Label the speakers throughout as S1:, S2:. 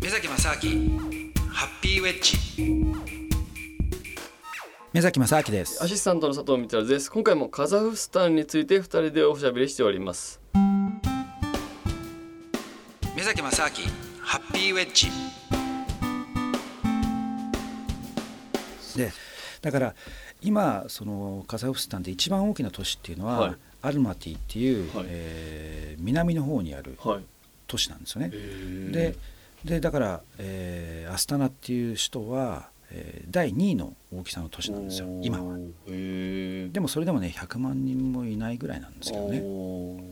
S1: 目崎正明ハッピーウェッジ目崎正明です
S2: アシスタントの佐藤光です。今回もカザフスタンについて二人でおしゃべりしております。
S1: 目崎正明ハッピーウェッジでだから今そのカザフスタンで一番大きな都市っていうのは、
S2: はい
S1: アルマティっていう、
S2: はい
S1: えー南の方にある
S2: はい。
S1: 都市なんですよね。
S2: で
S1: で、でだから、えーアスタナっていう首都は、えー第2位の大きさの都市なんですよ今は。。
S2: へえ。
S1: でもそれでもね100万人もいないぐらいなんですけどね。
S2: ね。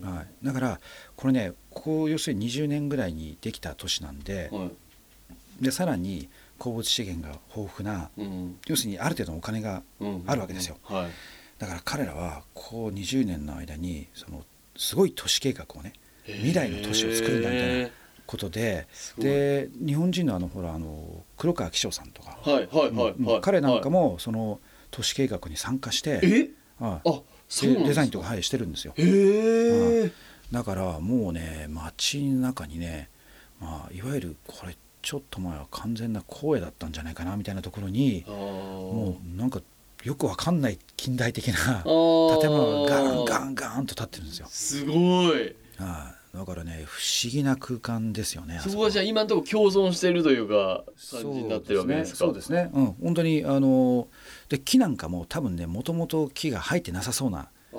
S1: はい、だからこれねここ要するに20年ぐらいにできた都市なんで,、
S2: はい。
S1: でさらに鉱物資源が豊富な
S2: うん。
S1: 要するにある程度のお金が
S2: うん
S1: あるわけですよ。
S2: はい。
S1: だから彼らはこう20年の間にそのすごい都市計画をね未来の都市を作るんだみたいな
S2: へ
S1: ことです
S2: ごい
S1: で日本人のあのほらあの黒川紀章さんとか、
S2: ー。はいはいはい
S1: うん
S2: はい。
S1: 彼なんか
S2: も。
S1: もその都市計画に参加して、
S2: え？
S1: はい
S2: あ、そう
S1: で
S2: なんですか
S1: デザインとか、はい、してるんですよ
S2: へえ。
S1: だからもうね街の中にね、まあ、いわゆるこれちょっと前は完全な荒野だったんじゃないかなみたいなところに
S2: あ
S1: も
S2: も
S1: うなんかよくわかんない近代的な建
S2: う
S1: 物がガンガ
S2: ン。
S1: ンガンと建ってるんですよ。
S2: すごい。
S1: はいだからね不思議な空間ですよね。あ
S2: そ
S1: こ
S2: こはじゃあ今のところ共存しているというか感じになってるわけですか。。
S1: そうですすね。そうですねうん本当にあので木なんかも多分ねもともと木が生えてなさそうな
S2: あー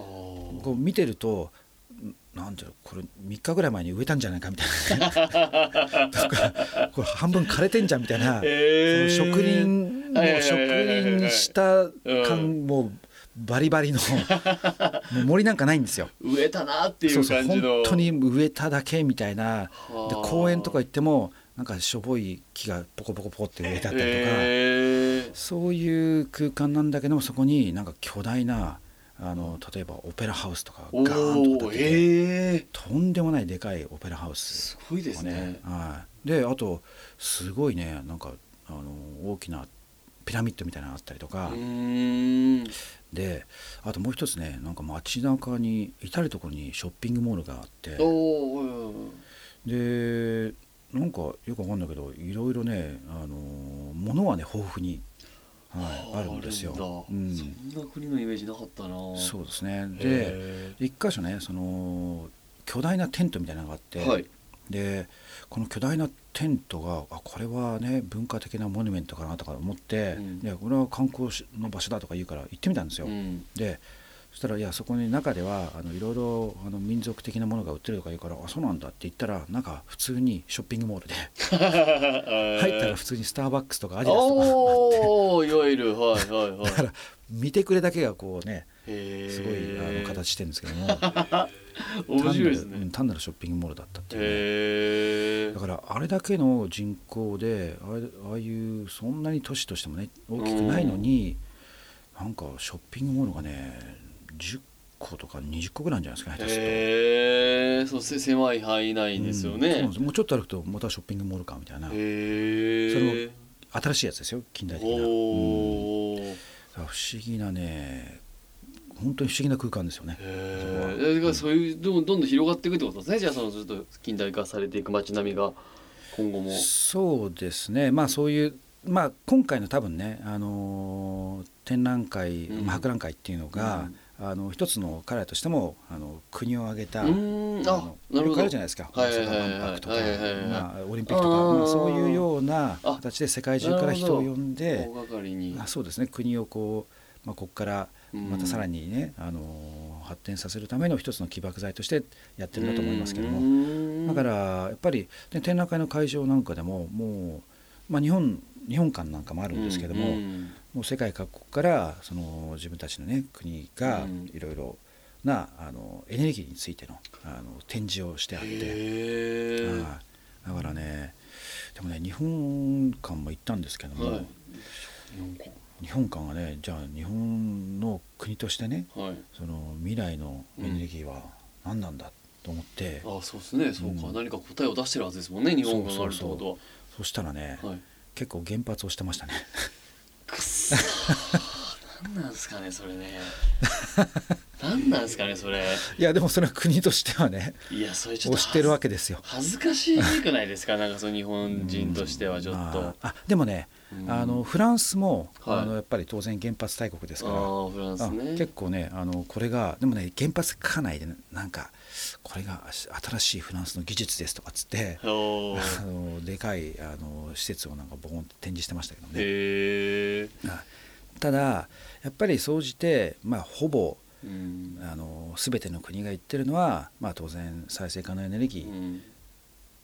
S1: こう見てるとんなんていうのこれ3日ぐらい前に植えたんじゃないかみたい なとかこれ半分枯れてんじゃんみたい な、
S2: へー
S1: その植林も
S2: はいは
S1: う
S2: いはいはい
S1: 植
S2: はい
S1: 林した感もうバリバリのもう森なんかないんですよ。
S2: 植えたなってい
S1: そううそう
S2: 感じ
S1: 本
S2: の
S1: 当に植えただけみたいな
S2: は
S1: で
S2: あ
S1: 公園とか行ってもなんかしょぼい木がポコポコポコって植えてあったりとか、
S2: へえ
S1: そういう空間なんだけどもそこになんか巨大なあの例えばオペラハウスとかガ
S2: お
S1: ーンと
S2: ー
S1: か建てて
S2: へえ
S1: とんでもないでかいオペラハウス
S2: すごいで
S1: です
S2: ね
S1: はい、であとすごいねなんかあの大きなピラミッドみたいなのあったりと
S2: う
S1: か、
S2: ーん
S1: であともう一つねなんか街中に至る所にショッピングモールがあって
S2: おー
S1: でなんかよくわかんないけどいろいろねあの物はね豊富に、はい、あるんですよ。
S2: あ
S1: う
S2: るん
S1: ん、
S2: だそんな国のイメージなかったな
S1: そううですねで
S2: へ
S1: 一箇所ねその巨大なテントみたいなのがあって、
S2: えはい
S1: でこの巨大なテントがあこれはね文化的なモニュメントかなとか思って、
S2: うん
S1: いやこれは観光しの場所だとか言うから行ってみたんですよ。
S2: うん
S1: でそしたらいやそこに中ではあのいろいろあの民族的なものが売ってるとか言うからあそうなんだって言ったらなんか普通にショッピングモールで入
S2: 入
S1: ったら普通にスターバックスとかアディダスとか
S2: おおいわゆるはいはいはい
S1: だから見てくれだけがこうね
S2: へえ
S1: すごいあの形してるんですけども
S2: 面白いです
S1: 単なるう
S2: ね
S1: ん単なるショッピングモールだったっていうね、
S2: へえ
S1: だからあれだけの人口であれああいうそんなに都市としてもね大きくないのに、なんかショッピングモールがね10個とか20個ぐらいあるんじゃないですかね下手すると
S2: へえそうせ狭い範囲内ですよ
S1: うんそうな
S2: ね
S1: んですもうちょっと歩くとまたショッピングモールかみたいなそ
S2: へ
S1: れ
S2: え
S1: も新しいやつですよ近代的な、うんだ
S2: おー
S1: から不思議なね本当に不思議な空間ですよね
S2: へえだからそういうどんどんどん広がっていくってことですねじゃあそのずっと近代化されていく街並みが今後も
S1: そうですねまあそういうまあ今回の多分ね、あのー展覧会、
S2: うん
S1: まあ博覧会っていうのが、あの一つの彼らとしてもあの国を挙げた
S2: うーん
S1: あ
S2: あ
S1: の
S2: なる
S1: よ
S2: ほ
S1: くあ
S2: ど
S1: るじゃないですか
S2: は
S1: 大
S2: いはい
S1: 阪
S2: はいはい
S1: 万博とか
S2: はいはいはいはい
S1: まあオリンピックとか
S2: あー
S1: まあ、そういうような
S2: あ
S1: 形で世界中から人を呼んで
S2: 大掛かりに
S1: あそうですね国をこう、まあ、ここからまたさら
S2: に
S1: にね、あのー発展させるための一つの起爆剤としてやってるんだと思いますけども。だからやっぱりで展覧会の会場なんかでももう、まあ、日本日本館なんかもあ
S2: あ
S1: るんですけども、もう世界各国からその自分たちの、ね、国が
S2: うん
S1: いろいろなあのエネルギーについてのあの展示をしてあって、
S2: へえ
S1: はいだからねでもね日本館も行ったんですけども、
S2: はいなんか
S1: 日本館がねじゃあ日本の国としてね
S2: はい
S1: その未来のエネルギーは何なんだと思って、
S2: あそうですねそう
S1: う
S2: か
S1: ん
S2: 何か答えを出してるはずですもんね日本があるって
S1: そう
S2: こ
S1: そそしたらね、
S2: とははい
S1: 結構原発をしてましたね。
S2: くっそーなんなんですかねそれねな何なんですかねそ れ
S1: いやでもそれは国としてはね
S2: いやそれちょっ
S1: 押
S2: と
S1: してるわけですよ
S2: 恥ずかしくないですかなんかその日本人としてはちょっと
S1: ま。ああでもね
S2: うん
S1: あのフランスも、
S2: はい
S1: あのやっぱり当然原発大国ですから
S2: ああフランス
S1: あ
S2: ね
S1: 結構ねあのこれがでもね原発家内でねなんかこれがし新しいフランスの技術ですとかっつって
S2: おー
S1: あのでかいあの施設をなんかボーンって展示してましたけどね、
S2: へえ、
S1: はいただやっぱり総じて、まあ、ほぼ
S2: うん
S1: あの全ての国が言ってるのは、まあ、当然再生可能エネル
S2: う
S1: ギ
S2: ん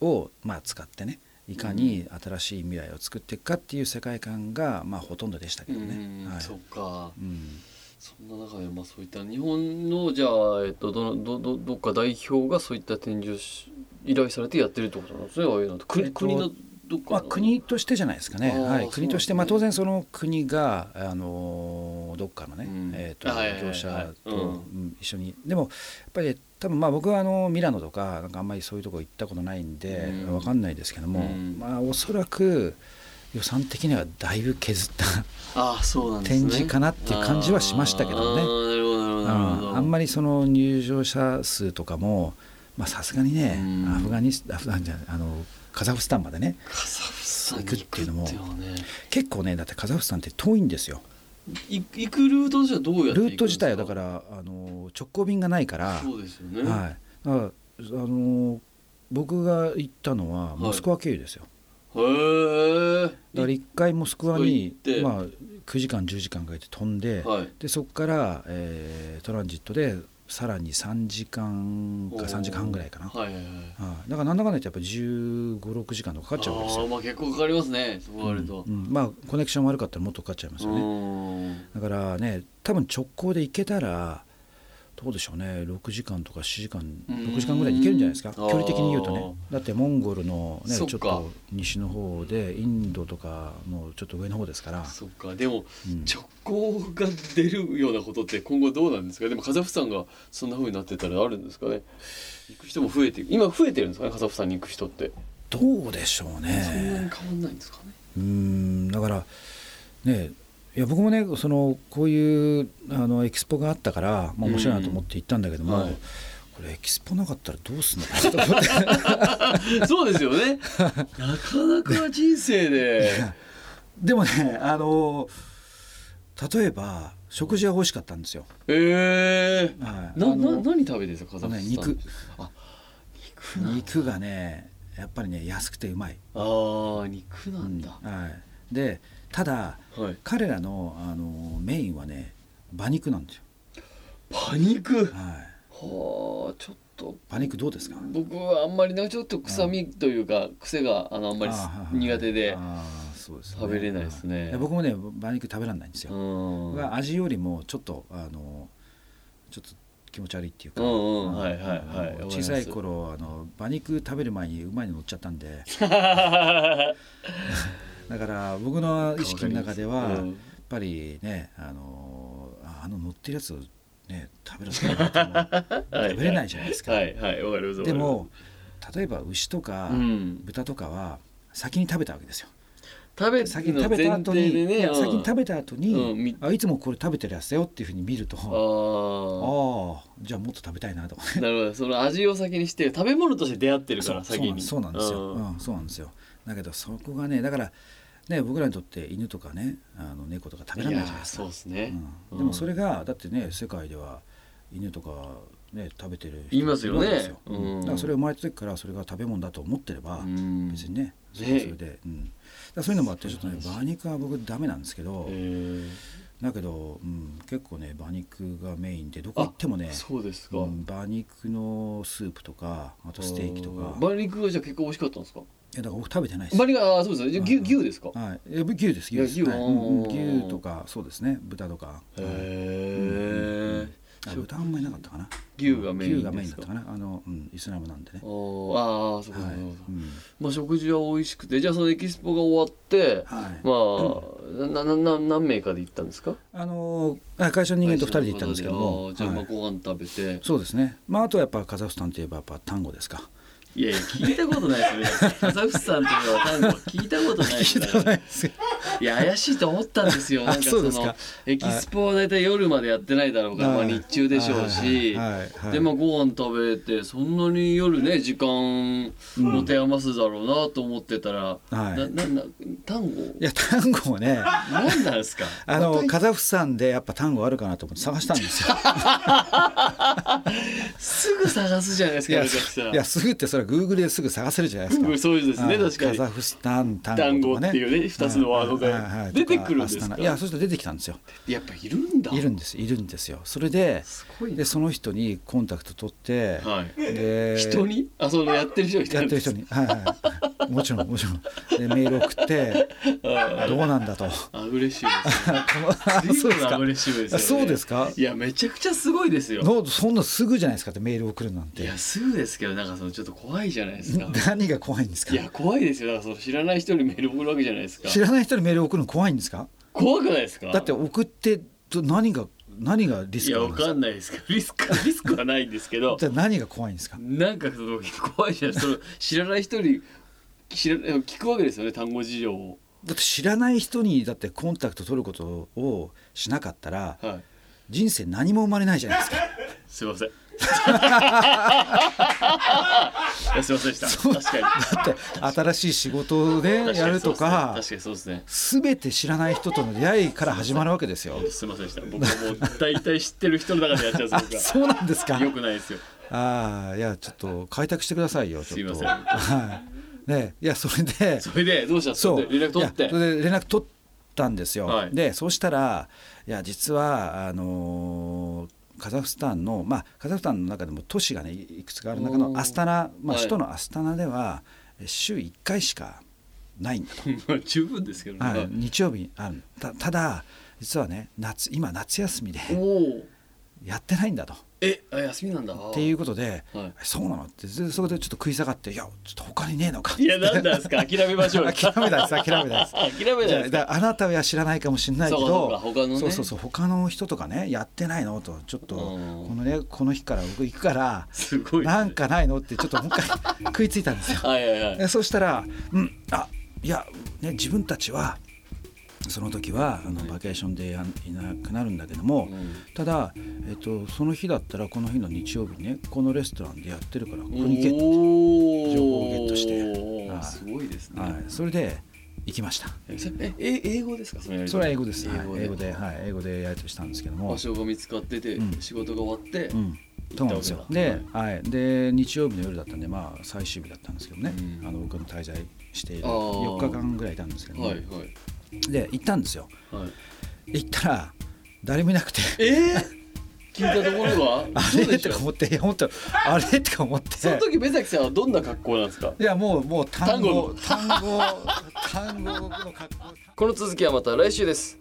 S1: ーを、まあ、使ってねいかに新しい未来を作っていくかっていう世界観が、まあ、ほとんどでしたけどね。
S2: うん
S1: はい
S2: そっか
S1: うん
S2: そんな中で、まあ、そういった日本のじゃあ、えっと、どのどどどっか代表がそういった展示をし依頼されてやってるってことなんですねああいうのって国,、
S1: えっと
S2: 国のどっか
S1: まあ、
S2: の
S1: 国としてじゃないですかね、
S2: あー
S1: はい、
S2: そうなんですね
S1: 国として、まあ、当然その国が、あのーどっかのね、
S2: うん
S1: えーと
S2: はいはいはい
S1: 業者と、
S2: うん
S1: うん一緒にでもやっぱり多分まあ僕はあのミラノとかなんかあんまりそういうとこ行ったことないんで、
S2: うん
S1: わかんないですけども、
S2: うん
S1: まあ、おそらく予算的にはだいぶ削った
S2: ああそうなんですね
S1: 展示かなっていう感じはしましたけどね
S2: あーなるほどなるほどなるほど、
S1: あんまりその入場者数とかもまあさすがにね、
S2: うん
S1: アフガニスアフガンじゃないあのカザフスタンまでね
S2: カザフスタンに行くっていうのも
S1: 行くっていう結構ねだってカザフスタンって遠いんですよ。
S2: い行くルートじゃどうやって行くんですか
S1: ルート自体はだからあの直行便がないから、はい
S2: そうですよね、
S1: だからあの僕が行ったのはモスクワ経由ですよ、
S2: へえ
S1: だから一回モスクワに
S2: モスクワ行って
S1: まあ、9時間10時間かけて飛んで,、
S2: はい
S1: でそこから、えートランジットでさらに3時間か3時間半ぐらいかな、
S2: はいはいはい
S1: はいだからなんだかんだ言ってやっぱ1 5 6時間とかかかっちゃうわけです
S2: あ
S1: よ
S2: ー、まあ結構かかりますねそう
S1: う
S2: なると、
S1: んうんまあコネクション悪かったらもっとかかっちゃいますよね、
S2: う
S1: だ
S2: ん
S1: からね多分直行で行けたらどうでしょうね6時間とか7時間
S2: うん
S1: 6時間ぐらいで行けるんじゃないですか
S2: あ
S1: 距
S2: ー
S1: 離的に言うとねだってモンゴルの、ね、ち
S2: そ
S1: ょ
S2: っ
S1: っ
S2: か
S1: と西の方でインドとかのちょっと上の方ですから、
S2: そっかでも
S1: うん
S2: 直行が出るようなことって今後どうなんですかでもカザフスタンがそんな風になってたらあるんですかね行く人も増えて今増えてるんですかねカザフスタンに行く人って、
S1: どうでしょう
S2: そんな
S1: ね
S2: に変わんないんですかね
S1: うんだからねいや僕もねそのこういうあのエキスポがあったから、まあ、面白いなと思って行ったんだけども、
S2: うんはい
S1: これエキスポなかったらどうすんのかなと思って
S2: そうですよねなかなか人生で
S1: でもねあの例えば食事は美味しかったんですよ
S2: ええ
S1: はい
S2: な
S1: あ
S2: な
S1: の
S2: 何食べてるんですかカザフスタン、
S1: ね肉
S2: あ
S1: 肉がねやっぱりね安くてうまい、
S2: あー肉なんだ、
S1: はい、でただ
S2: はい
S1: 彼らのあのメインはね馬肉なんですよ、
S2: パニク
S1: はい、
S2: はあちょっと
S1: 馬肉どうですか
S2: 僕はあんまりなんかちょっと臭みというか癖があのあんまりす
S1: あー
S2: 苦手で
S1: あーそうですね
S2: 食べれないですね
S1: はいや僕もね馬肉食べられないんです
S2: う
S1: よ、
S2: ん
S1: 僕は味よりもちょっとあのちょっと気持ち悪いっていうか、
S2: うんうんはいはいはい
S1: あの
S2: わかります
S1: 小さい頃あの馬肉食べる前にうまいの乗っちゃったんで だから僕の意識の中では、
S2: う
S1: やっ
S2: ん
S1: ぱりねあのああの乗ってるやつをね食べらせないと もう食べれないじゃないですか、
S2: はいはいわかりますわか
S1: で
S2: ります
S1: も例えば牛とか
S2: うん
S1: 豚とかは先に食べたわけですよ、
S2: 食べ
S1: 先に食べた後に、
S2: 前提でね
S1: いや
S2: うん
S1: 先に食べた後に、
S2: うんみ
S1: あいつもこれ食べてるやつだよっていうふうに見ると
S2: あ
S1: あ
S2: ー
S1: あじゃあもっと食べたいなと かね
S2: なるほどその味を先にして食べ物として出会ってるから
S1: そう
S2: 先に
S1: そうなんそうなんですよ、
S2: う
S1: うんんそうなんですよだけどそこがねだからね僕らにとって犬とかねあの猫とか食べら
S2: い
S1: れ
S2: や
S1: ないじゃないで
S2: ー
S1: す
S2: そ
S1: か
S2: うですね
S1: うんでもそれがだってね世界では犬とかね食べてる人
S2: いますよ
S1: る
S2: ね
S1: わけですよ
S2: うん
S1: だからそれ生まれた時からそれが食べ物だと思ってれば、
S2: うん
S1: 別にねそれ
S2: ね
S1: はそれで、うん、だからそういうのもあってちょっとね馬肉は僕ダメなんですけど、
S2: へー
S1: だけど、うん、結構ね馬肉がメインでどこ行ってもね
S2: そうですか
S1: うん馬肉のスープとかあとステーキとか
S2: バリ肉がじゃあ結構美味しかったんですか
S1: いやだから僕食べてないです
S2: バリがあーそうですじゃあ牛牛ですか
S1: はい、え牛です牛です
S2: いや牛
S1: はいうん
S2: あ
S1: うん
S2: ー
S1: 牛とかそうですね豚とか
S2: へえ
S1: あ豚あんまりなかったかな
S2: 牛がメインで
S1: 牛
S2: すか
S1: がメインだったかなあの、うん、イスラムなんでね、
S2: おーああそうかそうか
S1: はい
S2: そうか
S1: うん
S2: まあ食事は美味しくてじゃあそのエキスポが終わって
S1: はい
S2: まあななな何名かで行ったんですか
S1: あのーあ会社の人間と2人で行ったんですけども
S2: あーじゃあまあ
S1: はい
S2: ご飯食べて
S1: そうですねまああとはやっぱカザフスタンといえばやっぱ単語ですか
S2: いやいや聞いたことないですねカザフスタンというのは単語聞いたことないですからいや怪しいと思ったんですよ
S1: あ
S2: なんか
S1: そ
S2: そう
S1: です
S2: の
S1: か
S2: エキスポは大体夜までやってないだろうから、まあ、日中でしょうし、
S1: はいはいはいはい
S2: でまあご飯食べてそんなに夜ね時間持て余すだろうなと思ってたら、
S1: はい
S2: ななな単語
S1: いや単語をね
S2: 何なん ですか
S1: あのカザフスタンでやっぱ単語あるかなと思って探したんですよ。
S2: すぐ探すじゃないです
S1: い
S2: か
S1: や
S2: 中崎さん
S1: いやすぐってそれはグーグルですぐ探せるじゃないですか。
S2: そうですね
S1: はい
S2: 確かに
S1: カザフスタン単
S2: 単
S1: 語
S2: 語
S1: とか
S2: っていうね二つのワードで
S1: はいはいはい
S2: 出てくるんですか
S1: アスタナいやそうすると出てきたんですよ。
S2: やっぱいるんだ
S1: いるんですいるんですよ。それです
S2: ごいな
S1: でその人にコンタクト取って、
S2: はい
S1: で
S2: 人にあそのやってる人がい
S1: やってる人に、はいはい、もちろんもちろんでメール送ってどうなんだ と。
S2: あ嬉しいですね
S1: あ そうですか。
S2: 嬉しいですよね
S1: あそうですか
S2: いやめちゃくちゃすごいですよ
S1: のそんなすぐじゃないですかってメール送るなん
S2: い
S1: て
S2: や。すぐですけどなんかそのちょっと怖いじゃないですか
S1: 何が怖いんですか
S2: い。や怖いですよだからその知らない人にメール送るわけじゃないですか
S1: 知らない人にメール送るの怖いんですか。
S2: 怖くないですか
S1: だって送ってど何が何がリ
S2: い
S1: ス
S2: や
S1: クある
S2: わ
S1: んですか。
S2: かんないですけどリスク リスクはないんですけど
S1: じゃあ何が怖いんですか。
S2: なんかその怖いじゃないその知らない人に知ら聞くわけですよね単語事情を
S1: だって知らない人にだってコンタクト取ることをしなかったら
S2: はい
S1: 人生何も生まれないじゃないですか。
S2: すいませ んいやすいませんでした
S1: そう
S2: 確かに
S1: だって新しい仕事をねやるとか
S2: 確かにそうですね
S1: 全て知らない人との出会いから始まるわけですよ。
S2: すいませんでした僕はもう大体知ってる人の中でやっちゃうん
S1: あ
S2: です
S1: そうなんですか
S2: 僕は。よくないですよ
S1: ああいやちょっと開拓してくださいよちょっと。
S2: すいま
S1: はい。ねいやそれで。
S2: それでどうしたんですか
S1: そう
S2: 連絡取っ
S1: い
S2: て
S1: やそれで連絡取ったんですよ、
S2: はい
S1: でそうしたらいや実はあのーカザフスタンの、まあ、カザフスタンの中でも都市がねいいくつかある中
S2: お
S1: の
S2: ー
S1: アスタナ、まあ、
S2: はい
S1: 首都のアスタナではえ週1回しかないんだと、
S2: まあ 十分ですけどね、
S1: はい日曜日にあるたただ実はね夏今夏休みで
S2: おお
S1: やってないんだと。
S2: えあ休みなんだ
S1: っていうことで、
S2: はい
S1: そうなのってでそこでちょっと食い下がって「いやちょっと他にねえのか」
S2: いやなんなんですか諦めましょうよ
S1: 諦めないです諦めないです
S2: 諦めないです
S1: じゃあだからあなたは知らないかもしれないけ
S2: そう
S1: ど
S2: かそうか他のね
S1: そうそうそう他の人とかねやってないのとちょっとこ
S2: うん
S1: のねこの日から僕行くから
S2: すごいですね
S1: なんかないのってちょっともう一 回食いついたんですよ。
S2: はいはいはい
S1: でそうしたら「うんあいや、ね、自分たちはその時はあのバケーションでやんいなくなるんだけども、
S2: うん
S1: ただ、えっと、その日だったらこの日の日曜日ねこのレストランでやってるからここに行けって
S2: おー
S1: 情報をゲットして
S2: おー
S1: はい
S2: すごいですね、
S1: はい、それで行きました。
S2: ええ英語ですかそのやり方
S1: それは英語です。はい
S2: 英語で
S1: 英語で、はい、英語でやりとしたんですけども
S2: 場。所が見つかってて、
S1: うん
S2: 仕事が終わって、
S1: うん。そうなんですよ。で、はい、で、日曜日の夜だったんで、まあ、最終日だったんですけどね。
S2: うん
S1: あの、僕の滞在している
S2: あー
S1: 4日間ぐらいいたんですけど、
S2: はいはい
S1: で、行ったんですよ。
S2: はい
S1: 行ったら、誰もいな くて。
S2: えー、聞いたところは
S1: あ
S2: 嘘
S1: れ
S2: で
S1: っ
S2: してょ
S1: か思って、いや、本当、あれってか思って。
S2: その時目崎さんはどんな格好なんですか
S1: いや、もう、もう単語、
S2: 単
S1: 単語、単語の格好。
S2: この続きはまた来週です